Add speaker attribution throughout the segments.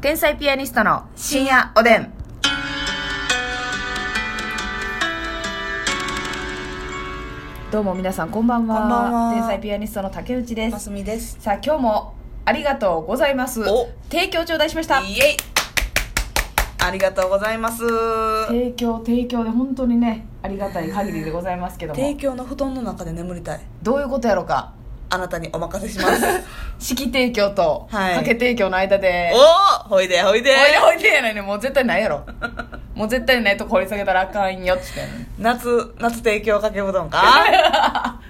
Speaker 1: 天才ピアニストの深夜おでん。どうも皆さんこんばんは。
Speaker 2: こんばんは
Speaker 1: 天才ピアニストの竹内で。
Speaker 2: ますすみです。
Speaker 1: さあ今日もありがとうございます。
Speaker 2: お
Speaker 1: 提供頂戴しました。
Speaker 2: イエイありがとうございます。
Speaker 1: 提供提供で本当にねありがたい限りでございますけど
Speaker 2: 提
Speaker 1: も
Speaker 2: 供の布団の中で眠りたい。
Speaker 1: どういうことやろうか
Speaker 2: あなたにお任せ します。
Speaker 1: 式提供と
Speaker 2: はい
Speaker 1: 掛け提供の間で、
Speaker 2: おーほいでほいで
Speaker 1: おいでおいでやないねもう絶対ないやろもう絶対ないとこ掘り下げたらあかんよっつってんのに
Speaker 2: 夏、夏提供かけ布 団か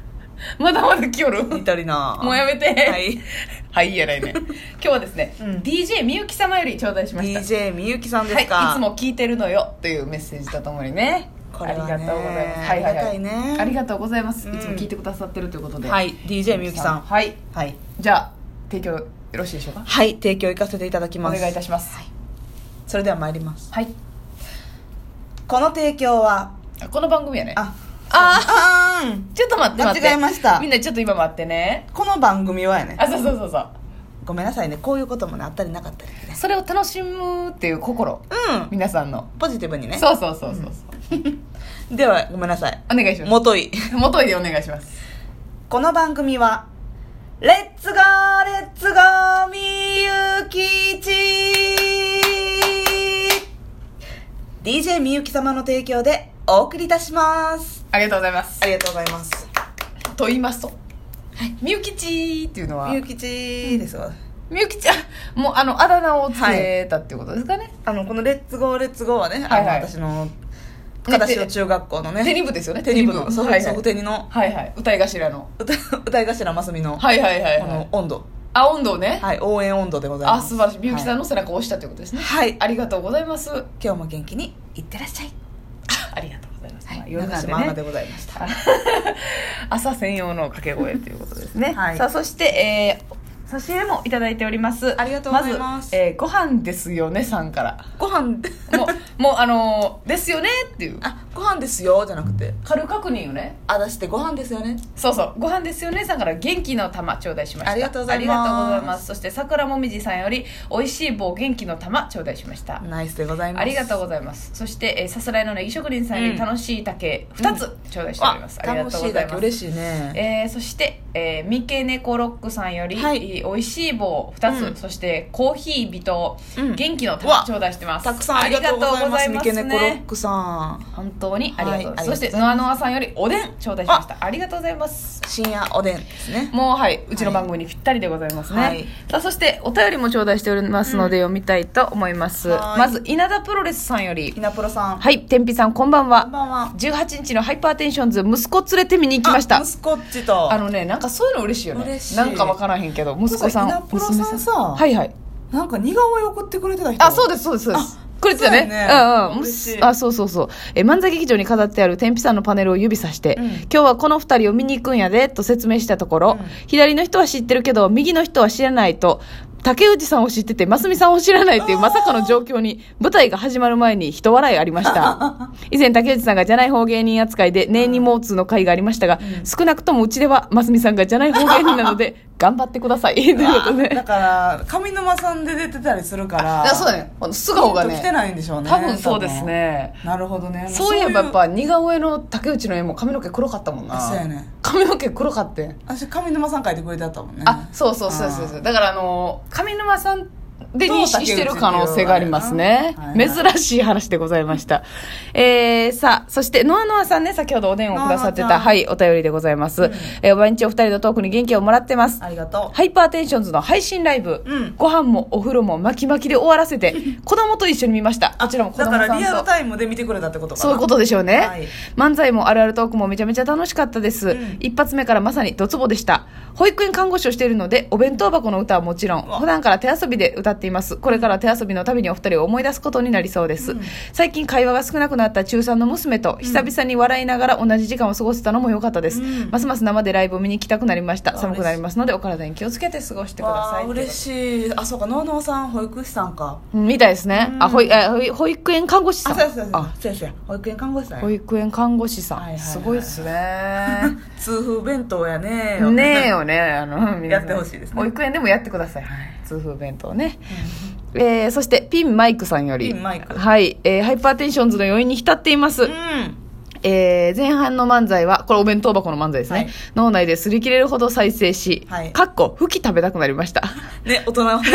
Speaker 1: まだまだ来よる
Speaker 2: ニトリの。
Speaker 1: もうやめて
Speaker 2: はい。
Speaker 1: はいやないね今日はですね、
Speaker 2: うん
Speaker 1: DJ みゆき様より頂戴しました
Speaker 2: DJ みゆきさんですか、
Speaker 1: はい、いつも聞いてるのよというメッセージとともにね
Speaker 2: これはね
Speaker 1: ありがとうございます
Speaker 2: ありがたいね
Speaker 1: ありがとうございます、
Speaker 2: うん
Speaker 1: いつも聞いてくださってるということで
Speaker 2: はい DJ みゆきさん
Speaker 1: はい
Speaker 2: はい。
Speaker 1: じゃあ提供よろしいでしょうか
Speaker 2: はい、提供行かせていただき
Speaker 1: お
Speaker 2: ます。
Speaker 1: 願いいたします
Speaker 2: それでは参ります。
Speaker 1: はい、
Speaker 2: この提供は、
Speaker 1: あこの番組やね
Speaker 2: あ、
Speaker 1: あ
Speaker 2: あーん
Speaker 1: ちょっと待って待って
Speaker 2: 間違えました
Speaker 1: みんなちょっと今待ってね
Speaker 2: この番組はやね。
Speaker 1: あそうそうそうそう
Speaker 2: ごめんなさいね、こういうこともね、あったりなかったりね。
Speaker 1: それを楽しむっていう心
Speaker 2: うん。
Speaker 1: 皆さんの、
Speaker 2: ポジティブにね。
Speaker 1: そうそうそうそう、
Speaker 2: では、ごめんなさい。
Speaker 1: お願いします
Speaker 2: もとい。
Speaker 1: もといでお願いします
Speaker 2: この番組は、レッツゴーレッツゴーみゆきち DJ みゆき様の提供でお送りいたします。
Speaker 1: ありがとうございます
Speaker 2: ありがとうございます。
Speaker 1: と言いますとみゆきちーっていうのは
Speaker 2: みゆきちですわ。
Speaker 1: みゆきちゃんもうあのあだ名をつけたっていうことですかね、
Speaker 2: あの、このレッツゴーレッツゴーはね、
Speaker 1: はいはい
Speaker 2: あの私の、片塩中学校の
Speaker 1: テニ
Speaker 2: ね、
Speaker 1: 部ですよね
Speaker 2: テニ部の、そう
Speaker 1: はいは
Speaker 2: そ、
Speaker 1: いう
Speaker 2: テニの、
Speaker 1: はいはい歌い頭の
Speaker 2: 歌歌い頭ますみの、
Speaker 1: はいはいはい、
Speaker 2: この
Speaker 1: はい、
Speaker 2: 温度、
Speaker 1: あ温度ね、
Speaker 2: はい、応援温度でございま
Speaker 1: あ
Speaker 2: す。
Speaker 1: 素晴らしいみゆきさん
Speaker 2: は
Speaker 1: の背中を押したということですね、
Speaker 2: はい。
Speaker 1: ありがとうございます あ
Speaker 2: 今日も元気にいってらっしゃい、
Speaker 1: りがとうございます、まあ
Speaker 2: はい、
Speaker 1: 夜
Speaker 2: 中
Speaker 1: なんで
Speaker 2: 島アナ
Speaker 1: ね
Speaker 2: でございました
Speaker 1: 朝専用の掛け声ということですね、
Speaker 2: はい
Speaker 1: さあそして、えー、差し入れもいただいております
Speaker 2: ありがとうございます
Speaker 1: ず、えー、ご飯ですよねさんから
Speaker 2: ご飯で
Speaker 1: もうもうあのーですよねっていう
Speaker 2: あご飯ですよじゃなくて
Speaker 1: 軽確認よね
Speaker 2: あ出してご飯ですよね
Speaker 1: そうそうご飯ですよねさんから元気の玉頂戴しました
Speaker 2: ありがとうござ
Speaker 1: あ
Speaker 2: います
Speaker 1: りがとうございますそして桜もみじさんより美味しい棒元気の玉頂戴しました
Speaker 2: ナイスでございます
Speaker 1: ありがとうございますそして、えー、さすらいのネギ職人さんより楽しい竹2つ頂戴しております、ありが
Speaker 2: 楽
Speaker 1: とう
Speaker 2: し
Speaker 1: ご
Speaker 2: い
Speaker 1: ざい
Speaker 2: だ
Speaker 1: ます
Speaker 2: け嬉しいね
Speaker 1: えーそして、えー、三毛猫ロックさんより、
Speaker 2: はい
Speaker 1: えー美味しい棒2つ、
Speaker 2: うん
Speaker 1: そしてコーヒー微糖、
Speaker 2: うん
Speaker 1: 元気の
Speaker 2: うわ
Speaker 1: 玉頂戴してます
Speaker 2: たくさんありがとうございます
Speaker 1: あり
Speaker 2: 三
Speaker 1: が
Speaker 2: 毛
Speaker 1: とうござい
Speaker 2: 猫
Speaker 1: ま
Speaker 2: ロ
Speaker 1: すね
Speaker 2: ックさん
Speaker 1: 本当にありがとうございます、
Speaker 2: はい
Speaker 1: そしてノアノアさんよりおでん頂戴しましたありがとうございます
Speaker 2: 深夜おでんですね
Speaker 1: もうはいうちの番組にぴったりでございますね、
Speaker 2: はい
Speaker 1: さあそしてお便りも頂戴しておりますので読みたいと思います、
Speaker 2: はい
Speaker 1: まず稲田プロレスさんより
Speaker 2: ひなプロさん
Speaker 1: はい天日さんこんばん
Speaker 2: こん
Speaker 1: は
Speaker 2: ばんは
Speaker 1: 18日のハイパーテンションズ息子連れて見に行きました
Speaker 2: あ息子っちと
Speaker 1: あのねなんかそういうの嬉しいよね
Speaker 2: 嬉しい
Speaker 1: なんかわからへんけど息子さん
Speaker 2: なんか稲プロさん
Speaker 1: 娘
Speaker 2: さ
Speaker 1: はいはい
Speaker 2: なんか似顔絵送ってくれてた人
Speaker 1: あそうですそうですそうですくれてたね
Speaker 2: そうやね
Speaker 1: うんうん
Speaker 2: 嬉しい
Speaker 1: あそうそうそうえ漫才劇場に飾ってある天日さんのパネルを指さして、
Speaker 2: うん
Speaker 1: 今日はこの二人を見に行くんやでと説明したところ、
Speaker 2: うん
Speaker 1: 左の人は知ってるけど右の人は知らないと竹内さんを知ってて真澄さんを知らないというまさかの状況に舞台が始まる前に人笑いありました 以前竹内さんがじゃない方芸人扱いで年にもうつの回がありましたが、少なくともうちでは真澄さんがじゃない方芸人なので頑張ってくださいということで
Speaker 2: だから上沼さんで出てたりするから
Speaker 1: だねこの素
Speaker 2: ピンと来てないんでしょうね
Speaker 1: 多分そうですね
Speaker 2: 多分なるほどね
Speaker 1: そういえばやっぱ似顔絵の竹内の絵も髪の毛黒かったもんな
Speaker 2: そうやね
Speaker 1: 髪の毛黒かってん、
Speaker 2: 私上沼さん書いてくれてあったもんね
Speaker 1: あそうそうそうそうそうだからあのー上沼さんで認識してる可能性がありますね
Speaker 2: どう竹内っていうのがね
Speaker 1: 珍しい話でございました えー、さあそしてノアノアさんね先ほどおでんをくださって
Speaker 2: ノアノ
Speaker 1: た
Speaker 2: アさん
Speaker 1: はいお便りでございます、
Speaker 2: うん
Speaker 1: えー、おばんちお二人のトークに元気をもらってます
Speaker 2: ありがとう
Speaker 1: ハイパーテンションズの配信ライブ、
Speaker 2: うん
Speaker 1: ご飯もお風呂も巻き巻きで終わらせて 子供と一緒に見ましたこちらも子供さ
Speaker 2: だ
Speaker 1: んと
Speaker 2: からリアルタイムで見てくれたってことかな
Speaker 1: そういうことでしょうね、
Speaker 2: はい
Speaker 1: 漫才もあるあるトークもめちゃめちゃ楽しかったです、
Speaker 2: うん
Speaker 1: 一発目からまさにドツボでした保育園看護師をしているのでお弁当箱の歌はもちろん
Speaker 2: うわ
Speaker 1: 普段から手遊びで歌っていますこれから手遊びのたびにお二人を思い出すことになりそうです、最近会話が少なくなった中3の娘と久々に笑いながら同じ時間を過ごせたのも良かったです、
Speaker 2: うん
Speaker 1: ますます生でライブを見に行きたくなりました
Speaker 2: わ
Speaker 1: 寒くなりますのでお体に気をつけて過ごしてくだ
Speaker 2: わ
Speaker 1: さ
Speaker 2: あ
Speaker 1: い
Speaker 2: 嬉しいあそうかのうのうさん保育士さんか
Speaker 1: うんみたいですね、
Speaker 2: うん
Speaker 1: あほいあほい保育園看護師さ
Speaker 2: あ
Speaker 1: ん
Speaker 2: そうやそうやそう
Speaker 1: あ
Speaker 2: やそうやそうや保育園看護師さん
Speaker 1: 保
Speaker 2: や
Speaker 1: 育園看護師さん、
Speaker 2: はいはいはい
Speaker 1: すごいですね
Speaker 2: 痛風弁当や ね
Speaker 1: ねえよねあの皆さん
Speaker 2: やってほしいですね
Speaker 1: 保育園でもやってください、痛風弁当ね、えー、そしてピンマイクさんより
Speaker 2: ピンマイク
Speaker 1: はい、えー、ハイパーテンションズの余韻に浸っています、
Speaker 2: うん。
Speaker 1: えー前半の漫才はこれお弁当箱の漫才ですね、
Speaker 2: はい
Speaker 1: 脳内ですり切れるほど再生し、
Speaker 2: はい
Speaker 1: かっこ吹き食べたくなり ました
Speaker 2: ね、大人は吹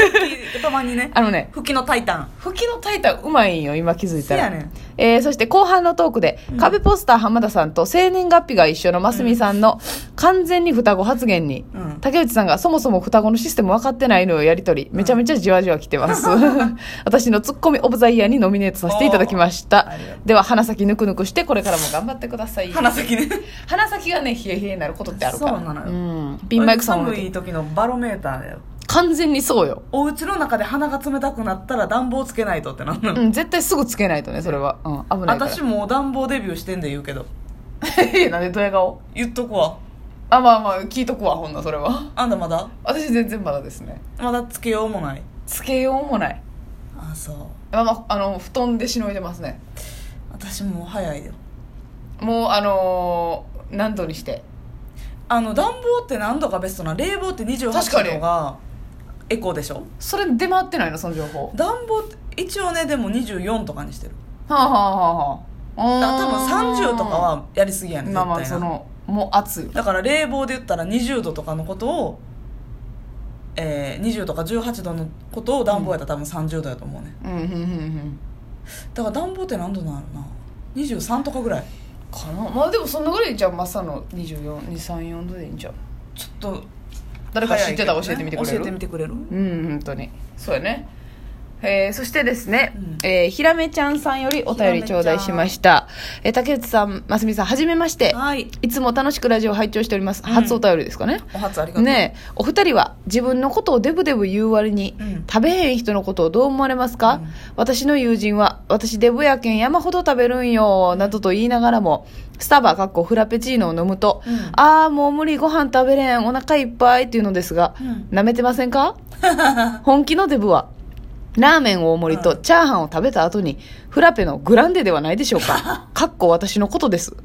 Speaker 2: き、たまにね。
Speaker 1: あのね
Speaker 2: 吹きのタイタン。
Speaker 1: 吹きの炊いたうまいんよ今気づい
Speaker 2: そ
Speaker 1: たら
Speaker 2: やねん。
Speaker 1: えーそして後半のトークで、
Speaker 2: うん
Speaker 1: 壁ポスター浜田さんと生年月日が一緒のますみさんの完全に双子発言に、
Speaker 2: うん
Speaker 1: 竹内さんがそもそも双子のシステム分かってないのよやりとり、めちゃめちゃじわじわ来て ます。私のツッコミオブザイヤーにノミネートさせていただきまし
Speaker 2: おー
Speaker 1: た
Speaker 2: ありがと。
Speaker 1: では、鼻先ぬくぬくして、これからも頑張ってください。
Speaker 2: 鼻先ね。
Speaker 1: 鼻先がね、冷え冷えになることってあるから。
Speaker 2: そうなの
Speaker 1: う
Speaker 2: よ
Speaker 1: ん。ピンマイクさんは
Speaker 2: 寒い時のバロメーターだよ。
Speaker 1: 完全にそうよ。
Speaker 2: お家の中で鼻が冷たくなったら暖房つけないとってなるの。
Speaker 1: うん、絶対すぐつけないとね、それは。うん、危ないから。
Speaker 2: 私もう暖房デビューしてんで言うけど。
Speaker 1: なんでドヤ顔
Speaker 2: 言っとくわ。
Speaker 1: あ、まあまあ、聞いとくわ、ほんなそれは。
Speaker 2: あんたまだ
Speaker 1: 私全然まだですね
Speaker 2: まだつけようもない。
Speaker 1: つけようもない
Speaker 2: あ、そう。
Speaker 1: まあまああの布団でしのいでますね
Speaker 2: 私もう早いよ。
Speaker 1: もうあのー何度にして
Speaker 2: あの、暖房って何度かベストな。冷房って
Speaker 1: 確かに
Speaker 2: 28度がエコでしょ
Speaker 1: それ出回ってないのその情報
Speaker 2: 暖房って一応ね、でも24とかにしてる。
Speaker 1: はあはあはあはあ
Speaker 2: だ
Speaker 1: う
Speaker 2: 多分
Speaker 1: ーん
Speaker 2: 30とかはやりすぎやねん
Speaker 1: まあまあ
Speaker 2: 絶対
Speaker 1: そ
Speaker 2: な
Speaker 1: のもう暑い
Speaker 2: だから冷房で言ったら20度とかのことを、えー、20とか18度のことを暖房やったら多分30度やと思うね、
Speaker 1: うんうんうんうん
Speaker 2: だから暖房って何度なのな23とかぐらい
Speaker 1: かなまあでもそんなぐらいじゃあマサの24234度でいいんじゃん
Speaker 2: ちょっと
Speaker 1: 誰か知ってたら教えてみてくれる
Speaker 2: 教えてみてくれる
Speaker 1: うん本当にそうやねえーそしてですね、
Speaker 2: うん
Speaker 1: えーひらめちゃんさんよりお便り頂戴しました、えー竹内さんますみさんはじめまして
Speaker 2: はい
Speaker 1: いつも楽しくラジオ拝聴しております。初お便りですかね。
Speaker 2: お初ありがとう
Speaker 1: ねえ、お二人は自分のことをデブデブ言う割に、
Speaker 2: うん
Speaker 1: 食べへん人のことをどう思われますか、
Speaker 2: うん
Speaker 1: 私の友人は、私デブやけん山ほど食べるんよ、などと言いながらも、スタバかっこフラペチーノを飲むと、
Speaker 2: うん
Speaker 1: ああ、もう無理、ご飯食べれん、お腹いっぱいっていうのですが、
Speaker 2: うん
Speaker 1: 舐めてません か本気のデブは、ラーメン大盛りとチャーハンを食べた後に、フラペのグランデではないでしょう か。かっこ私のことです。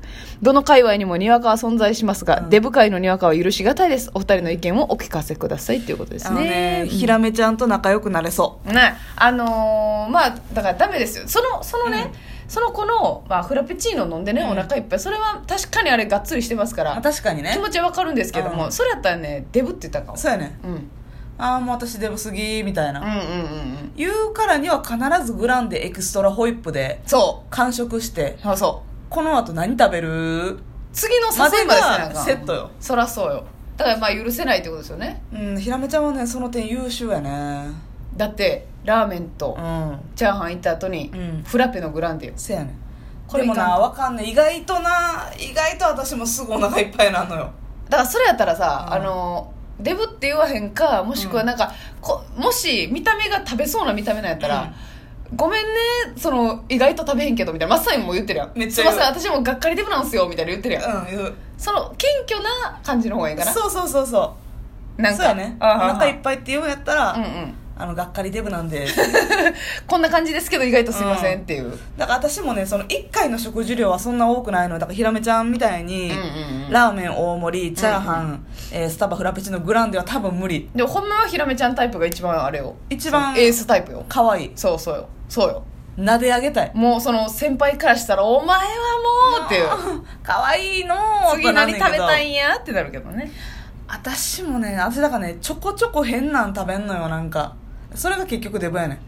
Speaker 1: どの界隈にもにわかは存在しますが、
Speaker 2: うん
Speaker 1: デブ界のにわかは許しがたいです。お二人の意見をお聞かせくださいということです
Speaker 2: あの
Speaker 1: ね。
Speaker 2: ねひらめちゃんと仲良くなれそ
Speaker 1: ね、あのーまあだからダメですよそのそのね、その子の、まあ、フラペチーノ飲んでね、
Speaker 2: うん
Speaker 1: お腹いっぱいそれは確かにあれがっつりしてますか
Speaker 2: う、まあ、
Speaker 1: ら
Speaker 2: 確かに
Speaker 1: 気
Speaker 2: ね
Speaker 1: 持ちはわかるんですけども、
Speaker 2: うん
Speaker 1: それやったらねデブって言ったかも
Speaker 2: そうやね
Speaker 1: うん、うん
Speaker 2: ああもう私デブすぎみたいな、
Speaker 1: うんうんうん
Speaker 2: 言うからには必ずグランデエクストラホイップで
Speaker 1: そ
Speaker 2: 完食して
Speaker 1: うそうそ
Speaker 2: この後何食べる
Speaker 1: う次の誘いまでせなあ
Speaker 2: ま
Speaker 1: か
Speaker 2: でが
Speaker 1: ん
Speaker 2: セットよ
Speaker 1: そらそうよだからまあ許せないってことですよね
Speaker 2: うんひらめちゃんはねその点優秀やね
Speaker 1: だってラーメンと
Speaker 2: うん
Speaker 1: チャーハン行った後に、
Speaker 2: うん
Speaker 1: フラペのグランデよ
Speaker 2: せやねん
Speaker 1: こ
Speaker 2: こ
Speaker 1: れ
Speaker 2: れも
Speaker 1: いか
Speaker 2: なんわかんない意外とな意外と私もすぐお腹いっぱいなのよ
Speaker 1: だからそれやったらさ、
Speaker 2: うん
Speaker 1: あのデブって言わへんかもしくはなんか、こもし見た目が食べそうな見た目なんやったら、ごめんねその意外と食べへんけどみたいなマッサイも言ってるやん
Speaker 2: めっち
Speaker 1: す
Speaker 2: ゃ言
Speaker 1: いうません私もがっかりデブなんすよみたいな言ってるやん、
Speaker 2: うん言う
Speaker 1: その謙虚な感じの方がいいかな
Speaker 2: そうそうそうそ
Speaker 1: な
Speaker 2: うん
Speaker 1: か
Speaker 2: そうやねお
Speaker 1: ああ
Speaker 2: 腹いっぱいって言うんやったら、
Speaker 1: うんうん
Speaker 2: あのがっかりデブなんで
Speaker 1: こんな感じですけど意外とすいませんっていう、
Speaker 2: だから私もねその1回の食事量はそんな多くないのだからひらめちゃんみたいに、
Speaker 1: うんうんうん
Speaker 2: ラーメン大盛りチャーハン、えースタバフラペチーノグランデは多分無理
Speaker 1: でも本命はひらめちゃんタイプが一番あれよ
Speaker 2: 一番
Speaker 1: そのエースタイプよ
Speaker 2: 可愛い
Speaker 1: そうそうよそうよ
Speaker 2: 撫で上げたい
Speaker 1: もうその先輩からしたら「お前はもう」っていう
Speaker 2: 可愛いのー
Speaker 1: 次何食べたい
Speaker 2: とはなんねんけど
Speaker 1: んやってなるけど ね
Speaker 2: 私もね私だからねちょこちょこ変なん食べんのよなんかそれが結局デブやね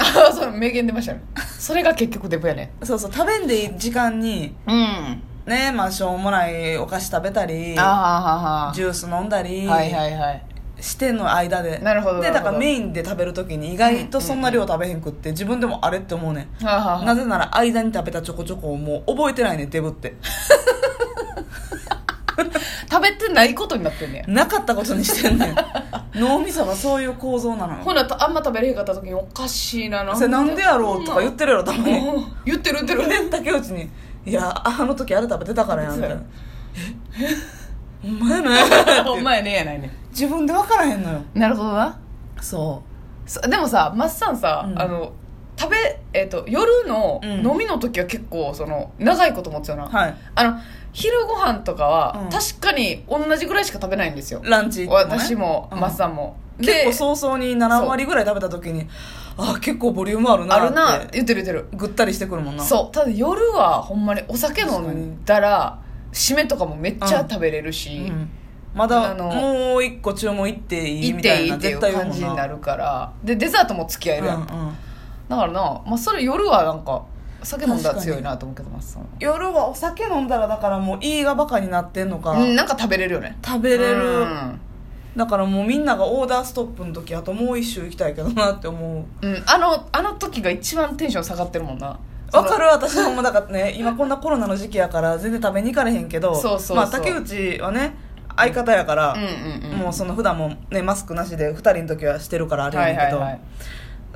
Speaker 1: ああそう名言出ましたねそれが結局デブやね
Speaker 2: んそうそう食べんでいい時間に
Speaker 1: うん
Speaker 2: ねまあしょうもないお菓子食べたり
Speaker 1: ああは
Speaker 2: ジュース飲んだり
Speaker 1: ーはーはいはいはい
Speaker 2: しての間で
Speaker 1: なるほどな
Speaker 2: で
Speaker 1: るほど
Speaker 2: だからメインで食べる時に意外とそんな量食べへんくって自分でもあれって思うねん
Speaker 1: はあはあは
Speaker 2: なぜなら間に食べたチョコチョコをもう覚えてないねんデブって
Speaker 1: あ食べてないことになってんねや
Speaker 2: なかったことにして んねん脳みそがそういう構造なのよ
Speaker 1: ほなあんま食べれへんかった時におかしいなな
Speaker 2: それなんでやろうとか言
Speaker 1: っ
Speaker 2: ってるやろたまに
Speaker 1: 言ってる言ってる
Speaker 2: で竹内に「いやあの時あれ食べてたからやん」みたいな「えお前ね」
Speaker 1: お前ねやないね
Speaker 2: 自分で分からへんのよ
Speaker 1: なるほどな
Speaker 2: そ
Speaker 1: そでもさマッサンさ、
Speaker 2: うん
Speaker 1: あの食べえっ、と夜の
Speaker 2: うん
Speaker 1: 飲みの時は結構その長いこと持つよな、
Speaker 2: はい
Speaker 1: あの昼ご飯とかは、
Speaker 2: うん
Speaker 1: 確かに同じぐらいしか食べないんですよ
Speaker 2: ランチ行ってもね
Speaker 1: 私も
Speaker 2: うん
Speaker 1: マッサンも、
Speaker 2: 結
Speaker 1: で
Speaker 2: 構早々に7割ぐらい食べた時にあ結構ボリュームあるな
Speaker 1: あるな
Speaker 2: って
Speaker 1: 言ってる言ってる
Speaker 2: ぐったりしてくるもんな
Speaker 1: そうただ夜はほんまにお酒飲んだら締めとかもめっちゃ食べれるし、
Speaker 2: うんま
Speaker 1: あ
Speaker 2: だ
Speaker 1: の
Speaker 2: もう一個注文いっていい
Speaker 1: 行
Speaker 2: み
Speaker 1: ったて
Speaker 2: い
Speaker 1: いい
Speaker 2: な
Speaker 1: っていう
Speaker 2: 絶対言う
Speaker 1: 感
Speaker 2: もん
Speaker 1: じに
Speaker 2: な
Speaker 1: なるからでデザートも付き合えるやん、だか
Speaker 2: うんうん
Speaker 1: らな、まあ、それ夜はなんか酒飲んだら強いなと思うけどます
Speaker 2: 夜はお酒飲んだらだからもういいがバカになってんのか、
Speaker 1: うんなんか食べれるよね
Speaker 2: 食べれる、
Speaker 1: うん
Speaker 2: だからもうみんながオーダーストップの時あともう一周行きたいけどなって思う
Speaker 1: うん、あのあの時が一番テンション下がってるもんな
Speaker 2: わかる私ほんまだからね今こんなコロナの時期やから全然食べに行かれへんけど
Speaker 1: そうそうそう
Speaker 2: まあ、竹内はね相方やから、
Speaker 1: そのうんうんうん
Speaker 2: もうその普段もねマスクなしで2人の時はしてるからあれや
Speaker 1: は
Speaker 2: ね
Speaker 1: い
Speaker 2: んけど、
Speaker 1: はいはい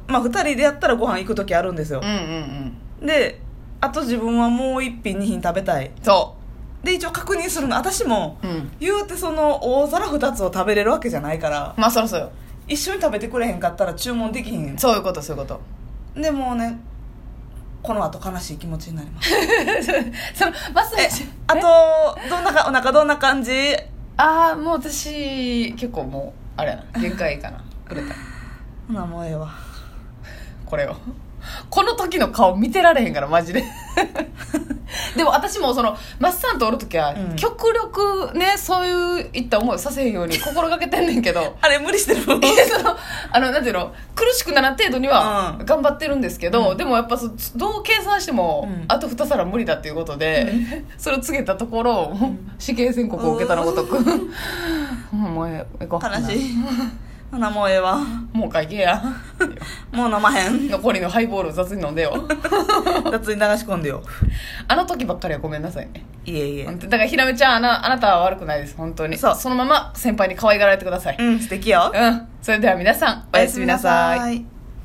Speaker 2: まあ2人でやったらご飯行く時あるんですよ
Speaker 1: うん、うん
Speaker 2: であと自分はもう1品2品食べた
Speaker 1: う
Speaker 2: い
Speaker 1: んそ
Speaker 2: で一応確認するの私も
Speaker 1: ううん
Speaker 2: 言うてその大皿2つを食べれるわけじゃないから
Speaker 1: まあそろそろ
Speaker 2: 一緒に食べてくれへんかったら注文できひん
Speaker 1: そういうことそういう こと
Speaker 2: でもうねこの後悲しい気持ちになります
Speaker 1: そのマス
Speaker 2: え
Speaker 1: ミち
Speaker 2: あとどんなかお腹どんな感じ
Speaker 1: ああもう私結構もうあれやな限界かなくれた
Speaker 2: ほなもうええわ
Speaker 1: これをこの時の顔見てられへんからマジで でも私もそのマッサンとおる時は、
Speaker 2: うん
Speaker 1: 極力ねそういういった思いをさせへんように心がけてんねんけど
Speaker 2: あれ無理してる
Speaker 1: そのあのなんていうの苦しくならん程度には
Speaker 2: うん
Speaker 1: 頑張ってるんですけど、
Speaker 2: うん
Speaker 1: でもやっぱそどう計算しても、
Speaker 2: うん
Speaker 1: あと2皿無理だっていうことで、それを告げたところ、死刑宣告を受けたのごとくもうええご飯
Speaker 2: 悲しいほなもうええわ
Speaker 1: もう会計や
Speaker 2: もう飲まへん
Speaker 1: 残りのハイボールを雑に飲んでよ
Speaker 2: 雑に流し込んでよ
Speaker 1: あの時ばっかりはごめんなさいね。
Speaker 2: いえいえ
Speaker 1: 本当だから、ひらめちゃん、あなあなたは悪くないです。本当に。
Speaker 2: そう
Speaker 1: そのまま先輩に可愛がられてください。
Speaker 2: うん素敵よ
Speaker 1: うん。それでは皆さん、おやすみなさい。
Speaker 2: い